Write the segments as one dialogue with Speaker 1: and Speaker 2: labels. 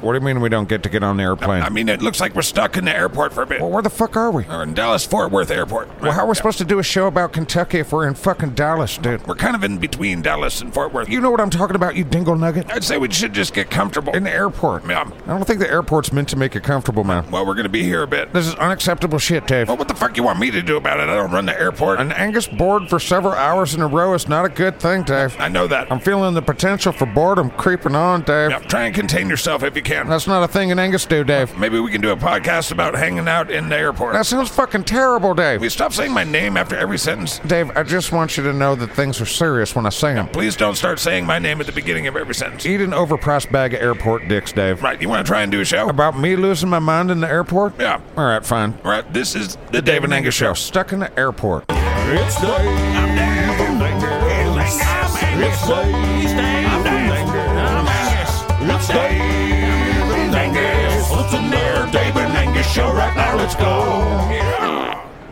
Speaker 1: What do you mean we don't get to get on the airplane?
Speaker 2: I mean, it looks like we're stuck in the airport for a bit.
Speaker 1: well, where the fuck are we?
Speaker 2: We're in Dallas Fort Worth Airport.
Speaker 1: Well, how are we supposed to do a show about Kentucky if we're in fucking Dallas, dude?
Speaker 2: We're kind of in between Dallas and Fort Worth.
Speaker 1: You know what I'm talking about, you dingle nugget?
Speaker 2: I'd say we should just get comfortable.
Speaker 1: In the airport.
Speaker 2: Yeah.
Speaker 1: I don't think the airport's meant to make you comfortable, man.
Speaker 2: Well, we're gonna be here a bit.
Speaker 1: This is unacceptable shit, Dave.
Speaker 2: Well, what the fuck you want me to do about it? I don't run the airport.
Speaker 1: An Angus board for several hours in a row is not a good thing, Dave.
Speaker 2: I know that.
Speaker 1: I'm feeling the potential for boredom creeping on, Dave.
Speaker 2: Now, try and contain yourself if you can.
Speaker 1: That's not a thing an Angus do, Dave.
Speaker 2: Maybe we can do a podcast about hanging out in the airport.
Speaker 1: That sounds fucking terrible,
Speaker 2: We
Speaker 1: Dave.
Speaker 2: stop saying my name after every sentence.
Speaker 1: Dave, I just want you to know that things are serious when I say them.
Speaker 2: Please don't start saying my name at the beginning of every sentence.
Speaker 1: Eat an overpriced bag of airport dicks, Dave.
Speaker 2: Right, you want to try and do a show?
Speaker 1: About me losing my mind in the airport?
Speaker 2: Yeah.
Speaker 1: All right, fine.
Speaker 2: All right, this is the David Angus Show.
Speaker 1: Stuck in the airport.
Speaker 3: It's Dave and Angus. It's Dave and Angus. It's Dave and Angus. Listen there, Dave and Angus show right now. Let's go.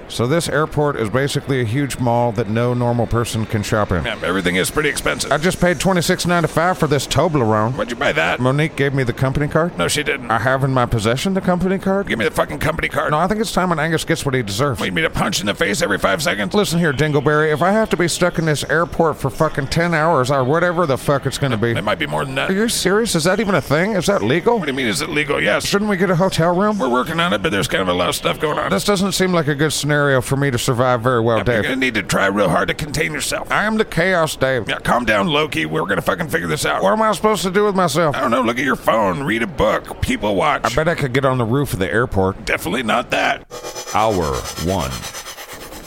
Speaker 1: So this airport is basically a huge mall that no normal person can shop in.
Speaker 2: Yeah, everything is pretty expensive.
Speaker 1: I just paid twenty six ninety five for this Toblerone.
Speaker 2: Why'd you buy that?
Speaker 1: Monique gave me the company card.
Speaker 2: No, she didn't.
Speaker 1: I have in my possession the company card.
Speaker 2: Give me the fucking company card.
Speaker 1: No, I think it's time when Angus gets what he deserves.
Speaker 2: Need me to punch in the face every five seconds?
Speaker 1: Listen here, Dingleberry. If I have to be stuck in this airport for fucking ten hours or whatever the fuck it's gonna be,
Speaker 2: It might be more than that.
Speaker 1: are
Speaker 2: What
Speaker 1: you serious? Is that even a thing? Is that legal?
Speaker 2: do you mean? Is it legal? Yes.
Speaker 1: Shouldn't we get a hotel room?
Speaker 2: We're working on it, but there's kind of a lot of stuff going on.
Speaker 1: This doesn't seem like a good scenario for me to survive very well,
Speaker 2: You're
Speaker 1: Dave.
Speaker 2: gonna need to try real hard to contain yourself.
Speaker 1: I am the chaos, Dave.
Speaker 2: Now, calm down, Loki. We're gonna fucking figure this out.
Speaker 1: What am I supposed to do with myself?
Speaker 2: I don't know. Look at your phone. Read a book. People watch.
Speaker 1: I bet I could get on the roof of the airport.
Speaker 2: Definitely not that.
Speaker 3: Hour one.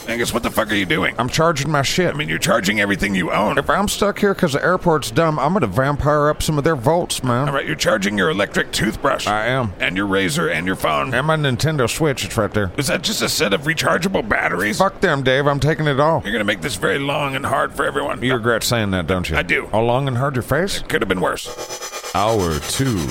Speaker 2: Angus, what the fuck are you doing?
Speaker 1: I'm charging my shit.
Speaker 2: I mean, you're charging everything you own.
Speaker 1: If I'm stuck here because the airport's dumb, I'm gonna vampire up some of their volts,
Speaker 2: All
Speaker 1: man.
Speaker 2: right, you're charging your electric toothbrush.
Speaker 1: I am.
Speaker 2: And your razor and your phone.
Speaker 1: And my Nintendo Switch, it's right there.
Speaker 2: Is that just a set of rechargeable batteries?
Speaker 1: Fuck them, Dave. I'm taking it all.
Speaker 2: You're gonna make this very long and hard for everyone.
Speaker 1: You regret saying that, don't you?
Speaker 2: I do.
Speaker 1: How long and hard your face?
Speaker 2: Could have been worse.
Speaker 3: Hour two.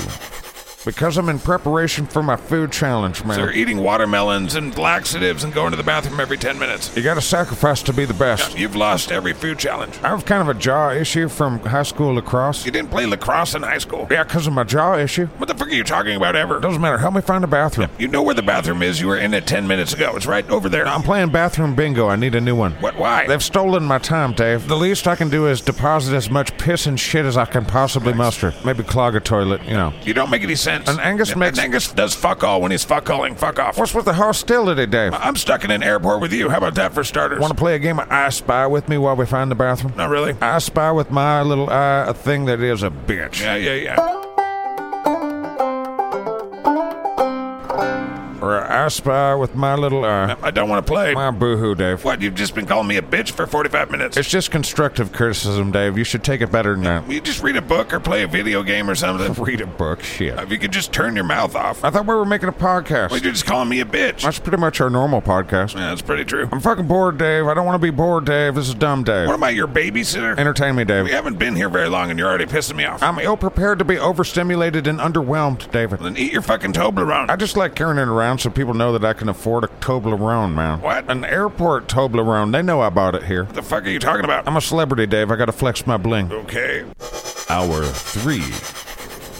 Speaker 1: Because I'm in preparation for my food challenge, man.
Speaker 2: So you're eating watermelons and laxatives and going to the bathroom every 10 minutes.
Speaker 1: You gotta sacrifice to be the best.
Speaker 2: You've lost every food challenge.
Speaker 1: I have kind of a jaw issue from high school lacrosse.
Speaker 2: You didn't play lacrosse in high school.
Speaker 1: Yeah, because of my jaw issue.
Speaker 2: What the fuck are you talking about ever?
Speaker 1: Doesn't matter. Help me find a bathroom.
Speaker 2: You know where the bathroom is. You were in it 10 minutes ago. It's right over there.
Speaker 1: I'm playing bathroom bingo. I need a new one.
Speaker 2: What? Why?
Speaker 1: They've stolen my time, Dave. The least I can do is deposit as much piss and shit as I can possibly muster. Maybe clog a toilet, you know.
Speaker 2: You don't make any sense.
Speaker 1: And Angus makes-
Speaker 2: And Angus does fuck all when he's fuck alling. Fuck off.
Speaker 1: What's with the hostility, Dave?
Speaker 2: I'm stuck in an airport with you. How about that for starters?
Speaker 1: Want to play a game of I Spy with me while we find the bathroom?
Speaker 2: Not really.
Speaker 1: I spy with my little eye a thing that is a bitch.
Speaker 2: Yeah, yeah, yeah.
Speaker 1: Or I spy with my little eye.
Speaker 2: I don't want to play.
Speaker 1: My boohoo, Dave.
Speaker 2: What? You've just been calling me a bitch for 45 minutes.
Speaker 1: It's just constructive criticism, Dave. You should take it better than that.
Speaker 2: Will you just read a book or play a video game or something?
Speaker 1: Read a book, shit.
Speaker 2: If you could just turn your mouth off.
Speaker 1: I thought we were making a
Speaker 2: Well,
Speaker 1: podcast.
Speaker 2: you're just calling me a bitch.
Speaker 1: That's pretty much our normal podcast.
Speaker 2: Yeah, that's pretty true.
Speaker 1: I'm fucking bored, Dave. I don't want to be bored, Dave. This is dumb, Dave.
Speaker 2: What am I, your babysitter?
Speaker 1: Entertain me, Dave.
Speaker 2: we haven't been here very long and you're already pissing me off.
Speaker 1: I'm ill prepared to be overstimulated and underwhelmed, David.
Speaker 2: then eat your fucking Toblerone.
Speaker 1: I just like carrying it around so people know that I can afford a Toblerone, man.
Speaker 2: What?
Speaker 1: An airport Toblerone. They know I bought it here.
Speaker 2: what the fuck are you talking about?
Speaker 1: I'm a celebrity, Dave. I gotta flex my bling.
Speaker 2: okay.
Speaker 3: Hour three.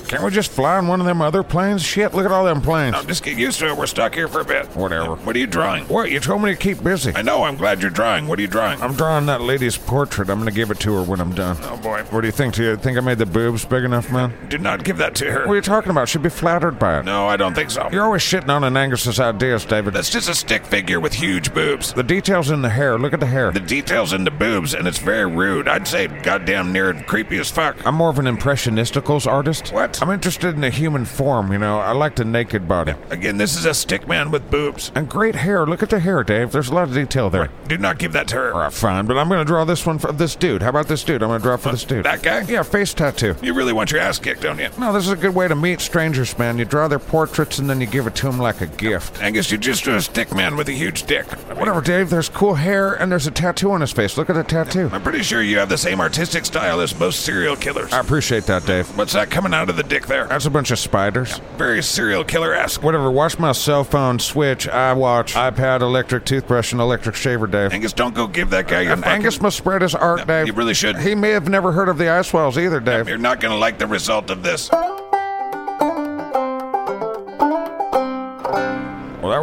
Speaker 1: Can't we just fly in one of them other planes? Shit, look at all them planes.
Speaker 2: No, just get used to it. We're stuck here for a bit.
Speaker 1: Whatever.
Speaker 2: What are you drawing?
Speaker 1: What? You told me to keep busy.
Speaker 2: I know. I'm glad you're drawing. What are you drawing?
Speaker 1: I'm drawing that lady's portrait. I'm gonna give it to her when I'm done.
Speaker 2: oh boy.
Speaker 1: What do you think? Do you think I made the boobs big enough, man?
Speaker 2: Do not give that to
Speaker 1: What are
Speaker 2: her.
Speaker 1: you talking about? She'd be flattered by it.
Speaker 2: No, I don't think so.
Speaker 1: You're always shitting on an Angus's ideas, David.
Speaker 2: That's just a stick figure with huge boobs.
Speaker 1: The details in the hair. Look at the hair.
Speaker 2: The details in the boobs, and it's very rude. I'd say goddamn near creepy as fuck.
Speaker 1: I'm more of an impressionisticals artist.
Speaker 2: What?
Speaker 1: I'm interested in the human form, you know. I like the naked body.
Speaker 2: Again, this is a stick man with boobs.
Speaker 1: And great hair. Look at the hair, Dave. There's a lot of detail there.
Speaker 2: Do not give that to her.
Speaker 1: All right, fine. But I'm gonna draw this one for this dude. How about this dude? I'm gonna draw for this dude.
Speaker 2: That guy?
Speaker 1: Yeah, face tattoo.
Speaker 2: You really want your ass kicked, don't you?
Speaker 1: No, this is a good way to meet strangers, man. You draw their portraits and then you give it to them like a gift.
Speaker 2: Angus, you're just a stick man with a huge dick.
Speaker 1: Whatever, Dave. There's cool hair and there's a tattoo on his face. Look at the tattoo.
Speaker 2: I'm pretty sure you have the same artistic style as most serial killers.
Speaker 1: I appreciate that, Dave.
Speaker 2: What's that coming out of the dick there?
Speaker 1: That's a bunch of spiders.
Speaker 2: Very serial killer esque.
Speaker 1: Whatever. Watch my cell phone, Switch, iWatch, iPad, electric toothbrush, and electric shaver, Dave.
Speaker 2: Angus, don't go give that guy your
Speaker 1: And
Speaker 2: fucking...
Speaker 1: Angus must spread his art, Dave.
Speaker 2: you really should.
Speaker 1: He may have never heard of the Ice Wells either, Dave.
Speaker 2: You're not gonna like the result of this.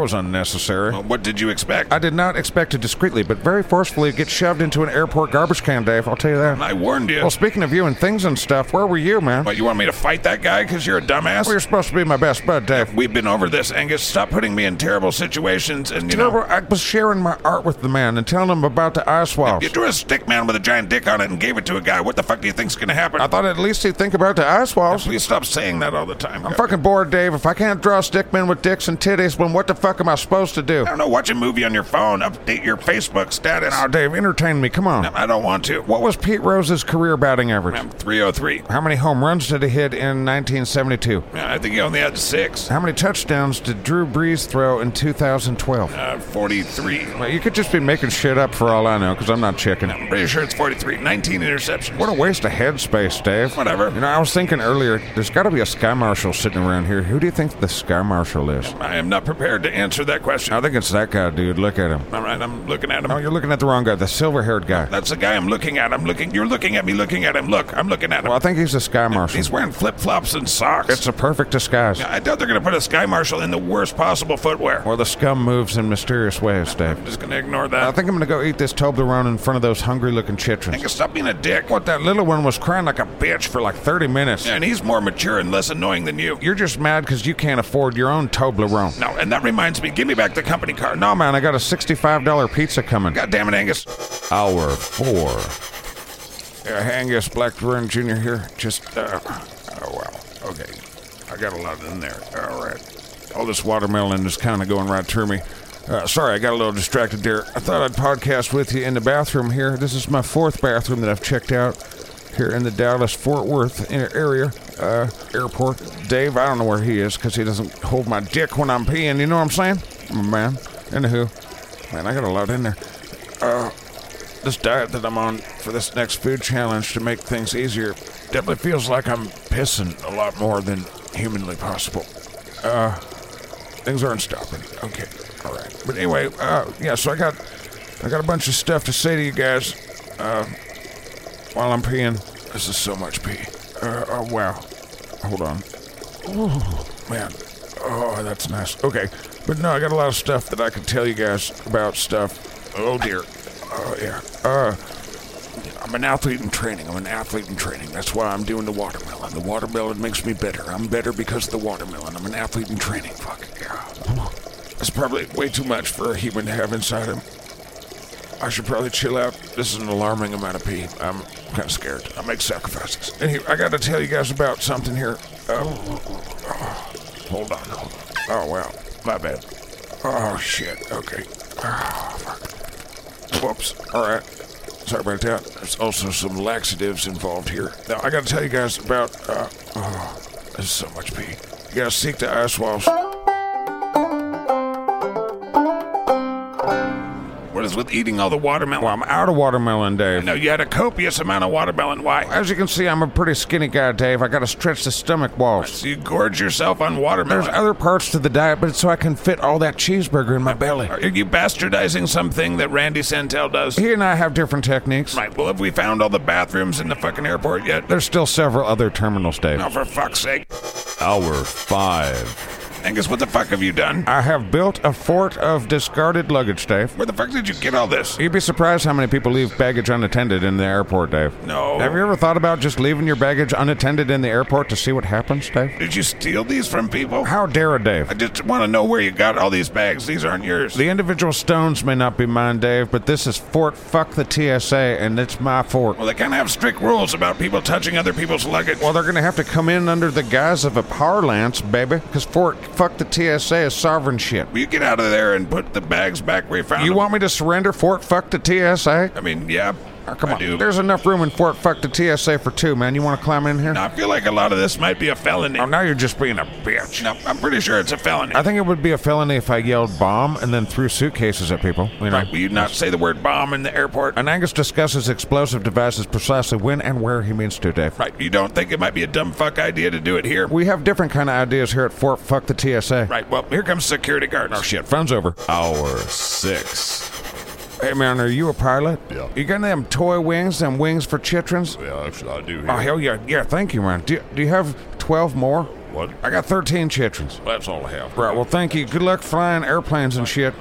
Speaker 1: was unnecessary.
Speaker 2: What did you expect?
Speaker 1: I did not expect to discreetly, but very forcefully, get shoved into an airport garbage can, Dave. I'll tell you that.
Speaker 2: I warned you.
Speaker 1: Well, speaking of you and things and stuff, where were you, man?
Speaker 2: What, you want me to fight that guy because you're a dumbass?
Speaker 1: Well, you're supposed to be my best bud, Dave.
Speaker 2: We've been over this, Angus. Stop putting me in terrible situations and, you know.
Speaker 1: Remember, I was sharing my art with the man and telling him about the ice walls.
Speaker 2: You drew a stick man with a giant dick on it and gave it to a guy. What the fuck do you think's gonna happen?
Speaker 1: I thought at least he'd think about the ice walls.
Speaker 2: Please stop saying that all the time.
Speaker 1: I'm fucking bored, Dave. If I can't draw stick men with dicks and titties, then what the fuck am I supposed to do?
Speaker 2: I don't know. Watch a movie on your phone. Update your Facebook status.
Speaker 1: Now, Dave, entertain me. Come on.
Speaker 2: I don't want to. oh What
Speaker 1: What was Pete Rose's career batting average?
Speaker 2: 303.
Speaker 1: How many home runs did he hit in 1972?
Speaker 2: I think he only had six.
Speaker 1: How many touchdowns did Drew Brees throw in 2012?
Speaker 2: Uh, 43.
Speaker 1: Well, you could just be making shit up for all I know, because I'm not checking.
Speaker 2: I'm pretty sure it's 43. 19 interceptions.
Speaker 1: What a waste of headspace, Dave.
Speaker 2: Whatever.
Speaker 1: You know, I was thinking earlier, there's got to be a sky marshal sitting around here. Who do you think the sky marshal is?
Speaker 2: I am not prepared to answer that question.
Speaker 1: I think it's that guy, dude. Look at him.
Speaker 2: All right, I'm looking at
Speaker 1: No,
Speaker 2: him.
Speaker 1: you're looking at the wrong guy, the silver-haired guy.
Speaker 2: That's the guy I'm looking at. I'm looking. You're looking at me looking at him. Look, I'm looking at
Speaker 1: Well, I
Speaker 2: him.
Speaker 1: think he's the sky marshal.
Speaker 2: He's wearing flip flops and
Speaker 1: It's
Speaker 2: socks.
Speaker 1: a perfect disguise.
Speaker 2: I doubt they're going to put a Sky Marshal in the worst possible footwear.
Speaker 1: Or the scum moves in mysterious ways, Dave.
Speaker 2: I'm just going to ignore
Speaker 1: I
Speaker 2: that.
Speaker 1: think I'm gonna go eat this Toblerone in front of those hungry-looking chitrons.
Speaker 2: Angus, stop being a dick.
Speaker 1: What that little one was crying like a bitch for like 30 minutes.
Speaker 2: And he's more mature and less annoying than you.
Speaker 1: You're just mad because you can't afford your own Toblerone.
Speaker 2: No, and that reminds me. Give me back the company car. No,
Speaker 1: Oh man, I got a $65 pizza coming.
Speaker 2: God damn it, Angus.
Speaker 1: Hour four. Yeah, Angus Blackburn Jr. here. Just, uh,
Speaker 2: Oh, wow. Okay. I got a lot in there. All right.
Speaker 1: all this watermelon is kind of going right through me. Uh, sorry, I got a little distracted there. I thought I'd podcast with you in the bathroom here. This is my fourth bathroom that I've checked out here in the Dallas Fort Worth a- area uh, airport. Dave, I don't know where he is because he doesn't hold my dick when I'm peeing. You know what I'm saying? Man, anywho, man, I got a lot in there. Uh, this diet that I'm on for this next food challenge to make things easier definitely feels like I'm pissing a lot more than humanly possible. Uh, things aren't stopping. Okay, all right. But anyway, uh, yeah. So I got, I got a bunch of stuff to say to you guys, uh, while I'm peeing. This is so much pee. Uh, oh wow. Hold on. Man, oh, that's nice. Okay, but no, I got a lot of stuff that I could tell you guys about stuff. Oh dear. Oh yeah. Uh, I'm an athlete in training. I'm an athlete in training. That's why I'm doing the watermelon. The watermelon makes me better. I'm better because of the watermelon. I'm an athlete in training. Fuck yeah. That's probably way too much for a human to have inside him. I should probably chill out. This is an alarming amount of pee. I'm kind of scared. I make sacrifices. Anyway, I got to tell you guys about something here. Oh, oh, hold on. Hold on. Oh, wow. My bad. Oh, shit. Okay. Oh, fuck. Whoops. All right. Sorry about that. There's also some laxatives involved here. Now, I got to tell you guys about. Uh, oh, this is so much pee. You got to seek the ice walls.
Speaker 2: What is with eating all the watermelon?
Speaker 1: I'm out of watermelon, Dave.
Speaker 2: No, you had a copious amount of watermelon. Why?
Speaker 1: As you can see, I'm a pretty skinny guy, Dave. I got to stretch the stomach walls.
Speaker 2: So you gorge yourself on watermelon.
Speaker 1: There's other parts to the diet, but it's so I can fit all that cheeseburger in my belly.
Speaker 2: Are you bastardizing something that Randy Santel does?
Speaker 1: He and I have different techniques.
Speaker 2: Right, well, have we found all the bathrooms in the fucking airport yet?
Speaker 1: There's still several other terminals, Dave.
Speaker 2: No, for fuck's sake.
Speaker 4: Hour five.
Speaker 2: Angus, what the fuck have you done?
Speaker 1: I have built a fort of discarded luggage, Dave.
Speaker 2: Where the fuck did you get all this?
Speaker 1: You'd be surprised how many people leave baggage unattended in the airport, Dave.
Speaker 2: No.
Speaker 1: Have you ever thought about just leaving your baggage unattended in the airport to see what happens, Dave?
Speaker 2: Did you steal these from people?
Speaker 1: How dare a Dave?
Speaker 2: I just want to know where you got all these bags. These aren't yours.
Speaker 1: The individual stones may not be mine, Dave, but this is Fort Fuck the TSA, and it's my fort.
Speaker 2: Well, they kind of have strict rules about people touching other people's luggage.
Speaker 1: Well, they're going to have to come in under the guise of a parlance, baby, because Fort Fuck the TSA is sovereign shit.
Speaker 2: Will you get out of there and put the bags back where you found
Speaker 1: You
Speaker 2: them?
Speaker 1: want me to surrender Fort Fuck to TSA?
Speaker 2: I mean, yeah.
Speaker 1: Oh, come
Speaker 2: I
Speaker 1: on.
Speaker 2: do.
Speaker 1: There's enough room in Fort Fuck to TSA for two, man. You want to climb in here?
Speaker 2: I feel like a lot of this might be a felony.
Speaker 1: Oh, now you're just being a bitch.
Speaker 2: No, I'm pretty sure it's a felony.
Speaker 1: I think it would be a felony if I yelled bomb and then threw suitcases at people. You know?
Speaker 2: Right, will you not say the word bomb in the airport?
Speaker 1: And Angus discusses explosive devices precisely when and where he means to, Dave.
Speaker 2: Right, you don't think it might be a dumb fuck idea to do it here?
Speaker 1: We have different kind of ideas here at Fort Fuck the TSA.
Speaker 2: Right, well, here comes security guards. Oh,
Speaker 1: Shit, phone's over.
Speaker 4: Hour six.
Speaker 1: Hey, man, are you a pilot?
Speaker 4: Yeah.
Speaker 1: You got them toy wings, them wings for chitrons?
Speaker 4: Yeah, actually, I do.
Speaker 1: Oh,
Speaker 4: Here.
Speaker 1: hell yeah. Yeah, thank you, man. Do, do you have 12 more?
Speaker 2: What?
Speaker 1: I got 13 chitrins.
Speaker 2: That's all I have.
Speaker 1: Right, well, thank you. Good luck flying airplanes and shit.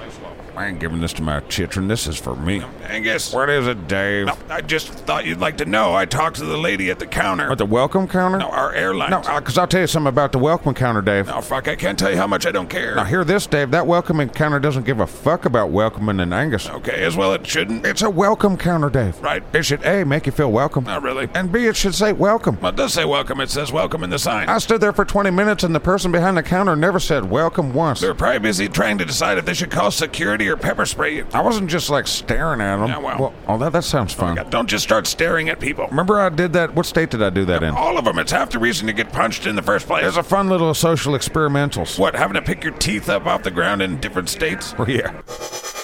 Speaker 2: I ain't giving this to my chitrin. This is for me. Angus,
Speaker 1: What is it, Dave?
Speaker 2: no, I just thought you'd like to know. I talked to the lady at the counter.
Speaker 1: At the welcome counter?
Speaker 2: no, our airline.
Speaker 1: No, because I'll tell you something about the welcome counter, Dave.
Speaker 2: oh, fuck, I can't tell you how much I don't care.
Speaker 1: Now, hear this, Dave. That welcoming counter doesn't give a fuck about welcoming an Angus.
Speaker 2: Okay, as well it shouldn't.
Speaker 1: It's a welcome counter, Dave.
Speaker 2: right.
Speaker 1: It should A, make you feel welcome,
Speaker 2: Not really.
Speaker 1: and B, it should say welcome.
Speaker 2: Well, it does say welcome. It says welcome in the sign.
Speaker 1: I stood there for 20 minutes and the person behind the counter never said welcome once.
Speaker 2: They're probably busy trying to decide if they should call security or pepper spray you.
Speaker 1: I wasn't just like staring at them.
Speaker 2: Yeah, well.
Speaker 1: oh, that, that sounds fun.
Speaker 2: God, don't just start staring at people.
Speaker 1: Remember I did that? What state did I do that in?
Speaker 2: All of them. It's half the reason you get punched in the first place.
Speaker 1: It's a fun little social experimentals.
Speaker 2: what, having to pick your teeth up off the ground in different states?
Speaker 1: Yeah.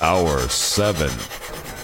Speaker 4: Hour 7.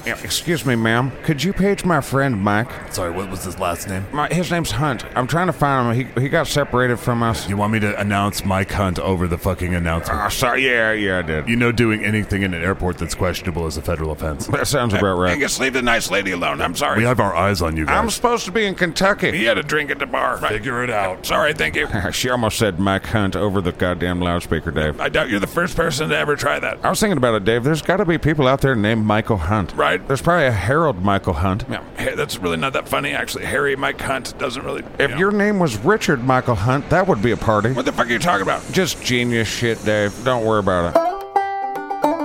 Speaker 1: Yeah, Excuse me, ma'am. Could you page my friend Mike?
Speaker 5: Sorry, what was his last name?
Speaker 1: My, his name's Hunt. I'm trying to find him. He, he got separated from us.
Speaker 5: You want me to announce Mike Hunt over the fucking announcement?
Speaker 1: Oh, sorry. Yeah, yeah, I did.
Speaker 5: You know, doing anything in an airport that's questionable is a federal offense.
Speaker 1: That sounds about right.
Speaker 2: Angus, leave the nice lady alone. I'm
Speaker 5: We
Speaker 2: sorry.
Speaker 5: have our eyes on you
Speaker 1: I'm
Speaker 5: guys.
Speaker 1: supposed to be in Kentucky.
Speaker 2: he had a drink at the bar. Right.
Speaker 5: Figure it out.
Speaker 2: Sorry, thank you.
Speaker 1: She almost said Mike Hunt over the goddamn loudspeaker, Dave.
Speaker 2: I doubt you're the first person to ever try that.
Speaker 1: I was thinking about it, Dave. There's got to be people out there named Michael Hunt.
Speaker 2: Right.
Speaker 1: There's probably a Harold Michael Hunt.
Speaker 2: Yeah, hey, that's really not that funny, actually. Harry Mike Hunt doesn't really.
Speaker 1: If
Speaker 2: you know.
Speaker 1: your name was Richard Michael Hunt, that would be a party.
Speaker 2: What the fuck are you talking about?
Speaker 1: Just genius shit, Dave. Don't worry about it.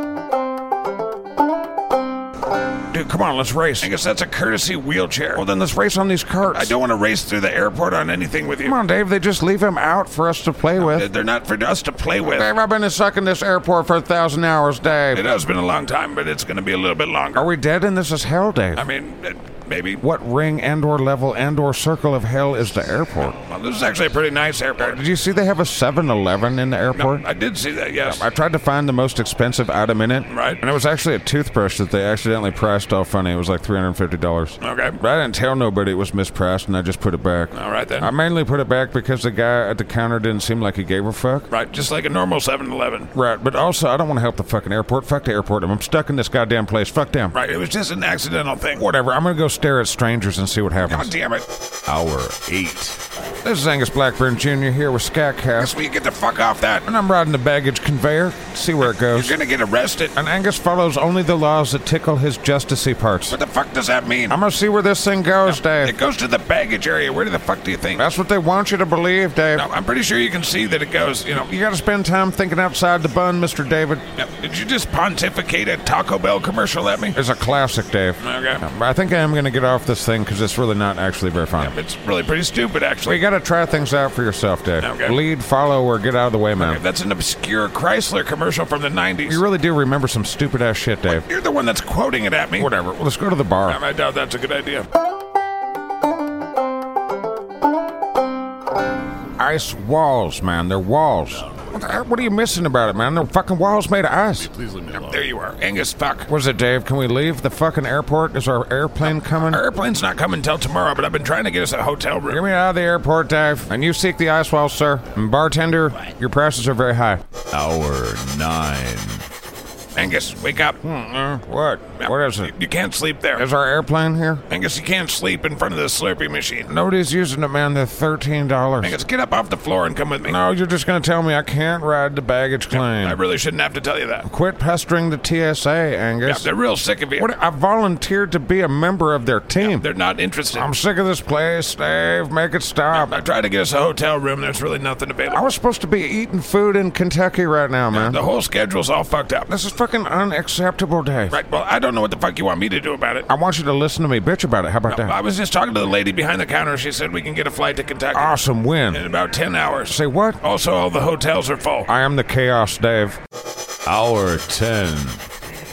Speaker 2: Dude, come on, let's race. Angus, that's a courtesy wheelchair.
Speaker 1: Well, then let's race on these carts.
Speaker 2: I don't want to race through the airport on anything with
Speaker 1: Come
Speaker 2: you.
Speaker 1: on, Dave. They just leave him out for us to play with.
Speaker 2: They're not for us to play with.
Speaker 1: Dave, I've been sucking this airport for a thousand hours,
Speaker 2: It
Speaker 1: Dave.
Speaker 2: has been a long time, but it's going to be a little bit longer.
Speaker 1: Are we dead and this is hell, Dave?
Speaker 2: I mean, it- maybe.
Speaker 1: What ring and or level and or circle of hell is the airport?
Speaker 2: Well, this is actually a pretty nice airport.
Speaker 1: Did you see they have a 7-Eleven in the airport?
Speaker 2: I did see that, yes.
Speaker 1: I tried to find the most expensive item in it.
Speaker 2: Right.
Speaker 1: And it was actually a toothbrush that they accidentally priced all funny. It was like $350.
Speaker 2: Okay.
Speaker 1: But I didn't tell nobody it was mispriced and I just put it back.
Speaker 2: All right, then.
Speaker 1: I mainly put it back because the guy at the counter didn't seem like he gave a fuck.
Speaker 2: Right, just like a normal 7 Eleven.
Speaker 1: Right, but also I don't want to help the fucking airport. Fuck the airport. I'm stuck in this goddamn place. Fuck them.
Speaker 2: Right, it was just an accidental thing. Whatever.
Speaker 1: Whatever. I'm gonna go stare at strangers and see what
Speaker 2: God
Speaker 1: happens.
Speaker 2: damn it.
Speaker 4: Hour 8.
Speaker 1: This is Angus Blackburn Jr. here with Scatcast,
Speaker 2: Yes, will you get the fuck off that?
Speaker 1: and I'm riding the baggage conveyor. See where it
Speaker 2: You're
Speaker 1: goes.
Speaker 2: going to get arrested.
Speaker 1: And Angus follows only the laws that tickle his justicey parts.
Speaker 2: What the fuck does that mean?
Speaker 1: I'm gonna see where this thing goes, Dave.
Speaker 2: It goes to the baggage area. Where the fuck do you think?
Speaker 1: That's what they want you to believe, Dave.
Speaker 2: No, I'm pretty sure you can see that it goes, you know.
Speaker 1: You gotta spend time thinking outside the bun, Mr. David.
Speaker 2: Did you just pontificate a Taco Bell commercial at me?
Speaker 1: It's a classic, Dave.
Speaker 2: Okay.
Speaker 1: I think I am gonna get off this thing because it's really not actually very fun.
Speaker 2: It's really pretty stupid,
Speaker 1: Well,
Speaker 2: actually.
Speaker 1: you gotta try things out for yourself, Dave.
Speaker 2: Okay.
Speaker 1: Lead, follow, or get out of the way, man.
Speaker 2: That's an obscure Chrysler commercial from the 90s.
Speaker 1: You really do remember some stupid ass shit, Dave.
Speaker 2: You're the one that's quoting it at me.
Speaker 1: Whatever. Well, let's go to the bar.
Speaker 2: I doubt that's a good idea.
Speaker 1: Ice walls, man. They're walls. What the- What are you missing about it, man? They're fucking walls made of ice.
Speaker 2: There you are. Angus, fuck.
Speaker 1: What is it, Dave? Can we leave the fucking airport? Is our airplane coming?
Speaker 2: Our airplane's not coming till tomorrow, but I've been trying to get us a hotel
Speaker 1: Get
Speaker 2: room.
Speaker 1: me out of the airport, Dave. And you seek the ice walls, sir. And bartender, your prices are very high.
Speaker 4: Hour 9.
Speaker 2: Angus, wake up.
Speaker 1: Hmm.
Speaker 2: Mm-hmm.
Speaker 1: What? What is it?
Speaker 2: You can't sleep there.
Speaker 1: Is our airplane here?
Speaker 2: Angus, you can't sleep in front of the Slurpee machine.
Speaker 1: Nobody's using it, man. They're $13.
Speaker 2: Angus, get up off the floor and come with me.
Speaker 1: No, you're just going to tell me I can't ride the baggage
Speaker 2: I
Speaker 1: claim.
Speaker 2: really shouldn't have to tell you that.
Speaker 1: Quit pestering the TSA,
Speaker 2: Yeah,
Speaker 1: Angus.
Speaker 2: they're real sick of you.
Speaker 1: What? I volunteered to be a member of their team.
Speaker 2: They're not interested.
Speaker 1: I'm sick of this place, Dave. Make it stop.
Speaker 2: I tried to get us a hotel room. There's really nothing
Speaker 1: I
Speaker 2: available.
Speaker 1: was supposed to be eating food in Kentucky right now, man.
Speaker 2: The whole schedule's all fucked up.
Speaker 1: This is fucking unacceptable, Dave.
Speaker 2: Right. Well, I don't know what the fuck you want me to do about it.
Speaker 1: I want you to listen to me bitch about it. How about
Speaker 2: I
Speaker 1: that?
Speaker 2: was just talking to the lady behind the counter. She said we can get a flight to Kentucky
Speaker 1: Awesome
Speaker 2: in
Speaker 1: win.
Speaker 2: about 10 hours.
Speaker 1: Say what?
Speaker 2: Also, all the hotels are full.
Speaker 1: I am the chaos, Dave.
Speaker 4: Hour 10.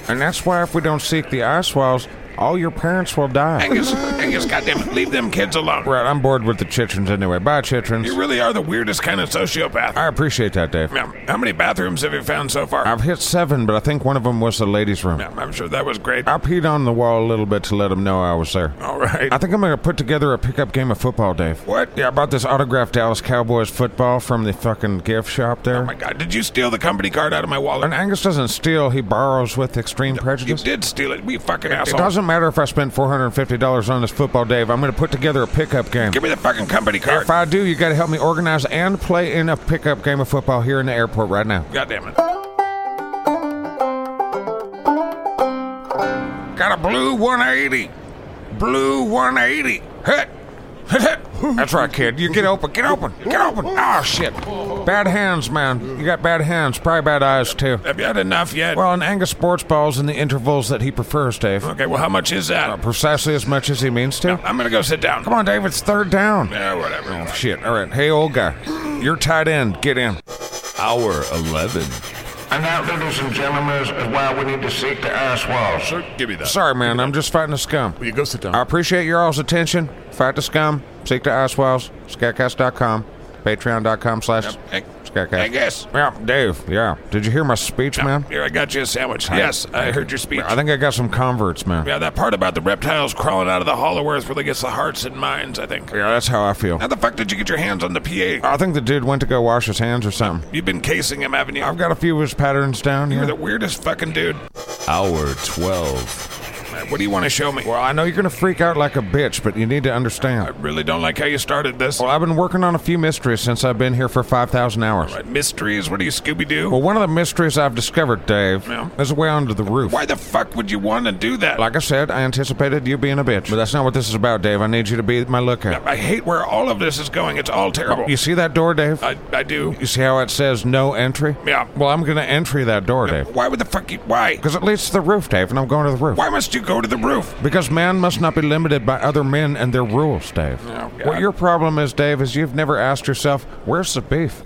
Speaker 1: And that's why if we don't seek the ice walls, all your parents will die.
Speaker 2: Angus, Angus, goddamn it, leave them kids alone.
Speaker 1: Right, I'm bored with the chitrins anyway. Bye,
Speaker 2: You
Speaker 1: chitrins.
Speaker 2: really are the weirdest kind of sociopath.
Speaker 1: I appreciate that, Dave.
Speaker 2: Now, How many bathrooms have you found so far?
Speaker 1: I've hit seven, but I think one of them was the ladies' room.
Speaker 2: Now, I'm sure that was great.
Speaker 1: I peed on the wall a little bit to let them know I was there.
Speaker 2: All right.
Speaker 1: I think I'm gonna put together a pickup game of football, Dave.
Speaker 2: What?
Speaker 1: Yeah, I bought this autographed Dallas Cowboys football from the fucking gift shop there.
Speaker 2: Oh my god, did you steal the company card out of my wallet?
Speaker 1: and Angus doesn't steal; he borrows with extreme
Speaker 2: You
Speaker 1: prejudice.
Speaker 2: did steal it, you fucking
Speaker 1: It
Speaker 2: asshole.
Speaker 1: doesn't matter if I spent four hundred and fifty dollars on this football, Dave. I'm going to put together a pickup game.
Speaker 2: Give me the fucking company card.
Speaker 1: If I do, you got to help me organize and play in a pickup game of football here in the airport right now.
Speaker 2: God damn it. Got a blue 180. Blue 180. Hit. Hit, hit.
Speaker 1: That's right, kid. You get open. Get open. Get open.
Speaker 2: Ah,
Speaker 1: Oh, shit. Bad hands, man. You got bad hands. Probably bad eyes, too.
Speaker 2: Have you had enough yet?
Speaker 1: Well, an Angus sports ball's in the intervals that he prefers, Dave.
Speaker 2: okay, well, how much is that?
Speaker 1: Precisely as much as he means to.
Speaker 2: I'm gonna go sit down.
Speaker 1: Come on, Dave. It's third down.
Speaker 2: Yeah, whatever.
Speaker 1: Shit. All right. Hey, old guy. You're tight end. Get in.
Speaker 4: Hour 11.
Speaker 6: And now, ladies and gentlemen, is why we need to seek the ice walls.
Speaker 5: Sir, give me that.
Speaker 1: Sorry, man. I'm just fighting a scum.
Speaker 5: Will you go sit down?
Speaker 1: I appreciate your all's attention. Fight the scum. Seek the ice walls. Scatcast.com. Patreon.com slash
Speaker 2: Hey, I
Speaker 1: Scatcast.
Speaker 2: guess.
Speaker 1: Yeah, Dave. Yeah. Did you hear my speech, man?
Speaker 2: Here, I got you a sandwich. Yes, I heard your speech.
Speaker 1: I think I got some converts, man.
Speaker 2: Yeah, that part about the reptiles crawling out of the hollow earth really gets the hearts and minds, I think.
Speaker 1: Yeah, that's how I feel.
Speaker 2: How the fuck did you get your hands on the PA?
Speaker 1: I think the dude went to go wash his hands or something.
Speaker 2: You've been casing him, haven't you?
Speaker 1: I've got a few of his patterns down
Speaker 2: You're
Speaker 1: here.
Speaker 2: the weirdest fucking dude.
Speaker 4: Hour 12.
Speaker 2: Man, What do you want to show me? Well,
Speaker 1: I know you're gonna freak out like a bitch, but you need to understand.
Speaker 2: I really don't like how you started this.
Speaker 1: Well, I've been working on a few mysteries since I've been here for 5,000 hours.
Speaker 2: Right, mysteries, what are you, Scooby Doo?
Speaker 1: Well, one of the mysteries I've discovered, Dave,
Speaker 2: Yeah.
Speaker 1: is a way under the roof.
Speaker 2: Why the fuck would you want to do that?
Speaker 1: Like I said, I anticipated you being a bitch, but that's not what this is about, Dave. I need you to be my lookout.
Speaker 2: I hate where all of this is going. It's all terrible.
Speaker 1: You see that door, Dave?
Speaker 2: I, I do.
Speaker 1: You see how it says no entry?
Speaker 2: Uh, Yeah.
Speaker 1: Well, I'm gonna entry that door, Dave.
Speaker 2: Why would the fuck you. Why?
Speaker 1: Because it leads to the roof, Dave, and I'm going to the roof.
Speaker 2: Why must you go to the roof?
Speaker 1: Because man must not be limited by other men and their rules, Dave.
Speaker 2: Oh, God.
Speaker 1: what your problem is, Dave, is you've never asked yourself, where's the beef?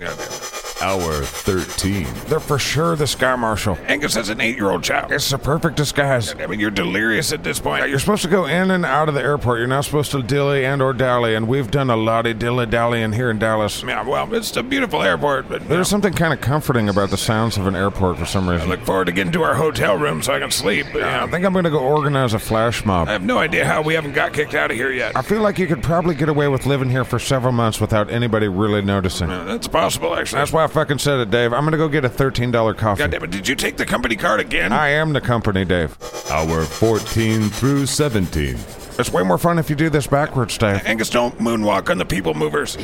Speaker 4: Hour 13.
Speaker 1: They're for sure the Sky Marshal.
Speaker 2: Angus has an eight year old child.
Speaker 1: It's the perfect disguise.
Speaker 2: I mean, you're delirious at this point.
Speaker 1: You're supposed to go in and out of the airport. You're not supposed to dilly and or dally, and we've done a lot of dilly dallying here in Dallas.
Speaker 2: Yeah, well, it's a beautiful airport, but
Speaker 1: There's something kind of comforting about the sounds of an airport for some
Speaker 2: I
Speaker 1: reason.
Speaker 2: look forward to getting to our hotel room so I can sleep. But, yeah,
Speaker 1: I think I'm going to go organize a flash
Speaker 2: I
Speaker 1: mob.
Speaker 2: have no idea how we haven't got kicked out of here yet.
Speaker 1: I feel like you could probably get away with living here for several months without anybody really noticing.
Speaker 2: Uh, That's possible, actually.
Speaker 1: That's why I fucking said it, Dave. I'm going to go get a $13 coffee.
Speaker 2: God damn it! Did you take the company card again?
Speaker 1: I am the company, Dave.
Speaker 4: Hour 14 through 17.
Speaker 1: It's way more fun if you do this backwards, Dave.
Speaker 2: Angus, don't moonwalk on the people movers.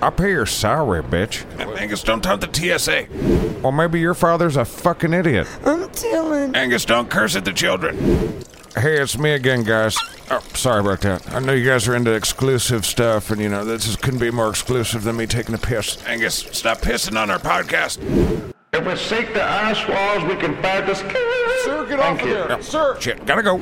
Speaker 1: I pay your salary, bitch.
Speaker 2: Angus, don't taunt the TSA.
Speaker 1: Or maybe your father's a fucking idiot.
Speaker 7: I'm telling.
Speaker 2: Angus, don't curse at the children.
Speaker 1: Hey, it's me again, guys. Oh, sorry about that. I know you guys are into exclusive stuff, and you know, this is, couldn't be more exclusive than me taking a piss.
Speaker 2: Angus, stop pissing on our podcast.
Speaker 6: If we seek the ice walls, we can find the sky. Thank you.
Speaker 1: Sir! Shit, gotta go.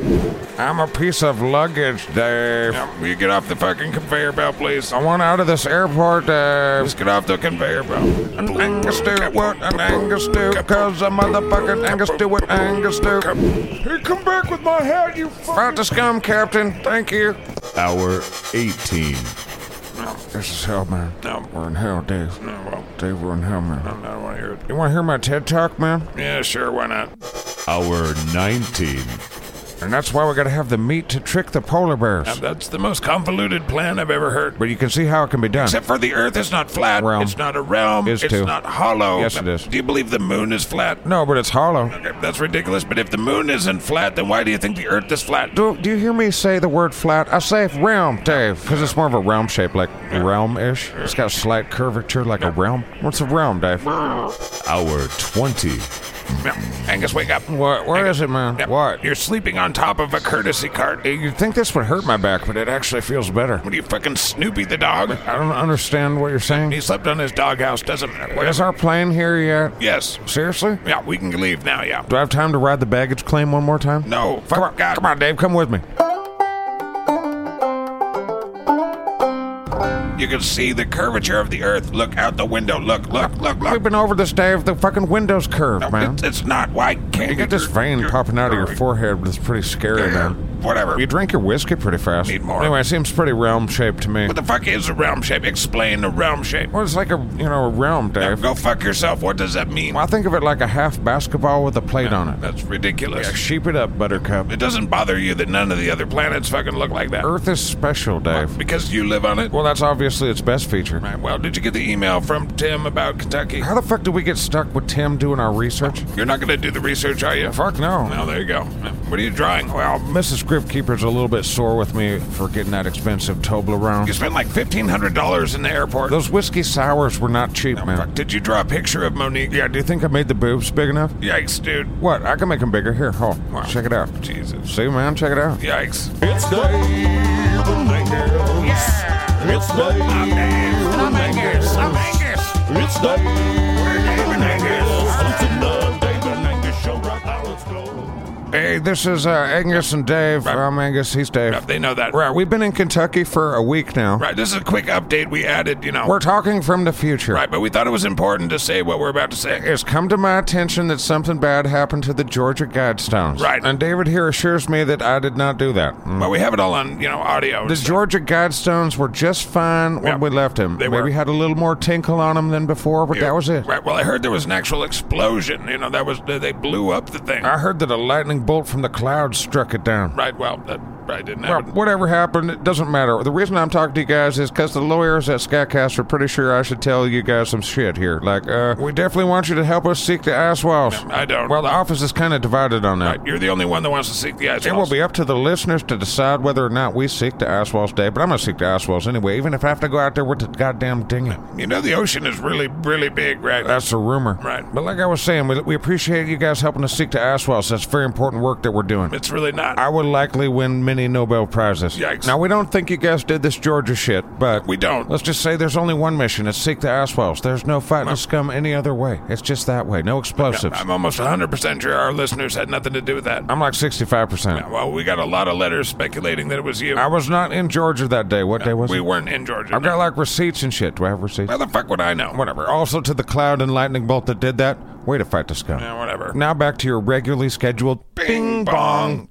Speaker 1: I'm a piece of luggage, Dave.
Speaker 2: Now, will you get off the fucking conveyor belt, please?
Speaker 1: I want out of this airport, Dave.
Speaker 2: Just get off the conveyor belt.
Speaker 1: An Angus do what an Angus do, cause a motherfucking Angus do what Angus do. Hey, come back with my hat, you fucking... Right to scum, Captain. Thank you.
Speaker 4: Hour 18.
Speaker 1: This is hell, man.
Speaker 2: No.
Speaker 1: We're in hell, Dave.
Speaker 2: No, well,
Speaker 1: Dave, we're in hell, man.
Speaker 2: I don't want to hear it.
Speaker 1: You want to hear my TED Talk, man?
Speaker 2: Yeah, sure, why not?
Speaker 4: Hour 19.
Speaker 1: And that's why we gotta have the meat to trick the polar bears.
Speaker 2: Now, That's the most convoluted plan I've ever heard.
Speaker 1: But you can see how it can be done.
Speaker 2: Except for the Earth is not flat.
Speaker 1: Realm.
Speaker 2: It's not a realm.
Speaker 1: Is
Speaker 2: it's
Speaker 1: too.
Speaker 2: not hollow.
Speaker 1: Yes, it is.
Speaker 2: Do you believe the moon is flat?
Speaker 1: No, but it's hollow.
Speaker 2: Okay, That's ridiculous. But if the moon isn't flat, then why do you think the Earth is flat?
Speaker 1: Do, do you hear me say the word flat? I say realm, Dave, because it's more of a round shape, like realm ish. It's got a slight curvature like a realm. What's a realm, Dave?
Speaker 4: Hour 20.
Speaker 2: Yeah, Angus, wake up.
Speaker 1: What? Where is it, man?
Speaker 2: Yeah,
Speaker 1: What?
Speaker 2: You're sleeping on top of a courtesy cart. Eh,
Speaker 1: You'd think this would hurt my back, but it actually feels better.
Speaker 2: What are you fucking Snoopy the dog?
Speaker 1: I don't understand what you're saying.
Speaker 2: He slept on his doghouse. Doesn't matter. Where-
Speaker 1: Is our plane here yet?
Speaker 2: Yes.
Speaker 1: Seriously?
Speaker 2: Yeah, we can leave now. Yeah.
Speaker 1: Do I have time to ride the baggage claim one more time?
Speaker 2: No. Fuck
Speaker 1: Come on,
Speaker 2: God.
Speaker 1: come on, Dave, come with me.
Speaker 2: You can see the curvature of the Earth. Look out the window. Look. Look. Look.
Speaker 1: We've
Speaker 2: Look.
Speaker 1: been over this, Dave. The fucking window's curved, man.
Speaker 2: It's, it's not. Why can't
Speaker 1: You got this vein popping out of your
Speaker 2: forehead?
Speaker 1: forehead, but it's pretty scary, man.
Speaker 2: Whatever.
Speaker 1: You drink your whiskey pretty fast.
Speaker 2: Need more.
Speaker 1: Anyway, it seems pretty realm shaped to me.
Speaker 2: What the fuck is a realm shape? Explain the realm shape.
Speaker 1: Well, it's like a you know a realm, Dave.
Speaker 2: Go fuck yourself. What does that mean?
Speaker 1: Well, I think of it like a half basketball with a plate on it.
Speaker 2: That's ridiculous.
Speaker 1: Sheep it up, Buttercup.
Speaker 2: It doesn't bother you that none of the other planets fucking look like that.
Speaker 1: Earth is special, Dave.
Speaker 2: Because you live on it?
Speaker 1: Well, that's obviously its best feature.
Speaker 2: Right, well, did you get the email from Tim about Kentucky?
Speaker 1: How the fuck did we get stuck with Tim doing our research?
Speaker 2: You're not going to do the research, are you?
Speaker 1: Fuck no.
Speaker 2: No, there you go. What are you drawing? Well,
Speaker 1: Mrs. script keeper's a little bit sore with me for getting that expensive
Speaker 2: You
Speaker 1: Toblerone.
Speaker 2: spent like $1,500 in the airport.
Speaker 1: Those whiskey sours were not cheap, man.
Speaker 2: Did you draw a picture of Monique?
Speaker 1: Yeah, do you think I made the boobs big enough?
Speaker 2: Yikes, dude.
Speaker 1: What? I can make them bigger. Here, hold. on. Check it out.
Speaker 2: Jesus.
Speaker 1: See, man, check it out.
Speaker 2: Yikes.
Speaker 3: It's Dave and Angus. It's Dave and Angus. It's Dave and Angus. It's the Dave and Angus show right now. Let's go.
Speaker 1: Hey, this is uh, Angus and Dave. I'm Angus. He's Dave.
Speaker 2: They know that.
Speaker 1: Right, we've been in Kentucky for a week now.
Speaker 2: Right, this is a quick update we added, you know.
Speaker 1: We're talking from the future.
Speaker 2: right, but we thought it was important to say what we're about to say.
Speaker 1: It's come to my attention that something bad happened to the Georgia Guidestones.
Speaker 2: Right.
Speaker 1: And David here assures me that I did not do that. Mm.
Speaker 2: But we have it all on, you know, audio.
Speaker 1: The Georgia Guidestones were just fine when
Speaker 2: Yeah,
Speaker 1: we left him.
Speaker 2: they
Speaker 1: Maybe
Speaker 2: were.
Speaker 1: had a little more tinkle on them than before, but that was it.
Speaker 2: Right, well, I heard there was an actual explosion. You know, that was, they blew up the thing.
Speaker 1: I heard that a lightning bolt from the clouds struck it down.
Speaker 2: Right, well, that probably didn't
Speaker 1: Well,
Speaker 2: happen.
Speaker 1: whatever happened, it doesn't matter. The reason I'm talking to you guys is because the lawyers at Skycast are pretty sure I should tell you guys some shit here. Like, uh, we definitely want you to help us seek the Aswells.
Speaker 2: I don't.
Speaker 1: Well, the office is kind of divided on that.
Speaker 2: You're the only one that wants to seek the eyes.
Speaker 1: It will be up to the listeners to decide whether or not we seek the Aswells Day, but I'm going to seek the Aswells anyway, even if I have to go out there with the goddamn dinghy.
Speaker 2: You know, the ocean is really, really big, right?
Speaker 1: That's a rumor.
Speaker 2: Right.
Speaker 1: But like I was saying, we, we appreciate you guys helping us seek the Aswells. That's very important work that we're doing.
Speaker 2: it's really not.
Speaker 1: I would likely win many Nobel Prizes.
Speaker 2: Yikes.
Speaker 1: Now, we don't think you guys did this Georgia shit, but.
Speaker 2: we don't.
Speaker 1: Let's just say there's only one mission. It's seek the Aswells. There's no fighting the scum any other way. It's just that way. No explosives.
Speaker 2: I'm almost 100% sure our listeners had nothing to do with that.
Speaker 1: I'm like 65%.
Speaker 2: Well, we got a lot of letters speculating that it was you.
Speaker 1: I was not in Georgia that day. What day was
Speaker 2: we
Speaker 1: it?
Speaker 2: weren't in Georgia.
Speaker 1: I've got like receipts and shit. Do I have receipts?
Speaker 2: How the fuck would I know? Oh,
Speaker 1: Whatever. Also to the cloud and lightning bolt that did that. Way to fight the scum.
Speaker 2: Yeah, whatever.
Speaker 1: Now back to your regularly scheduled
Speaker 2: Bing bong.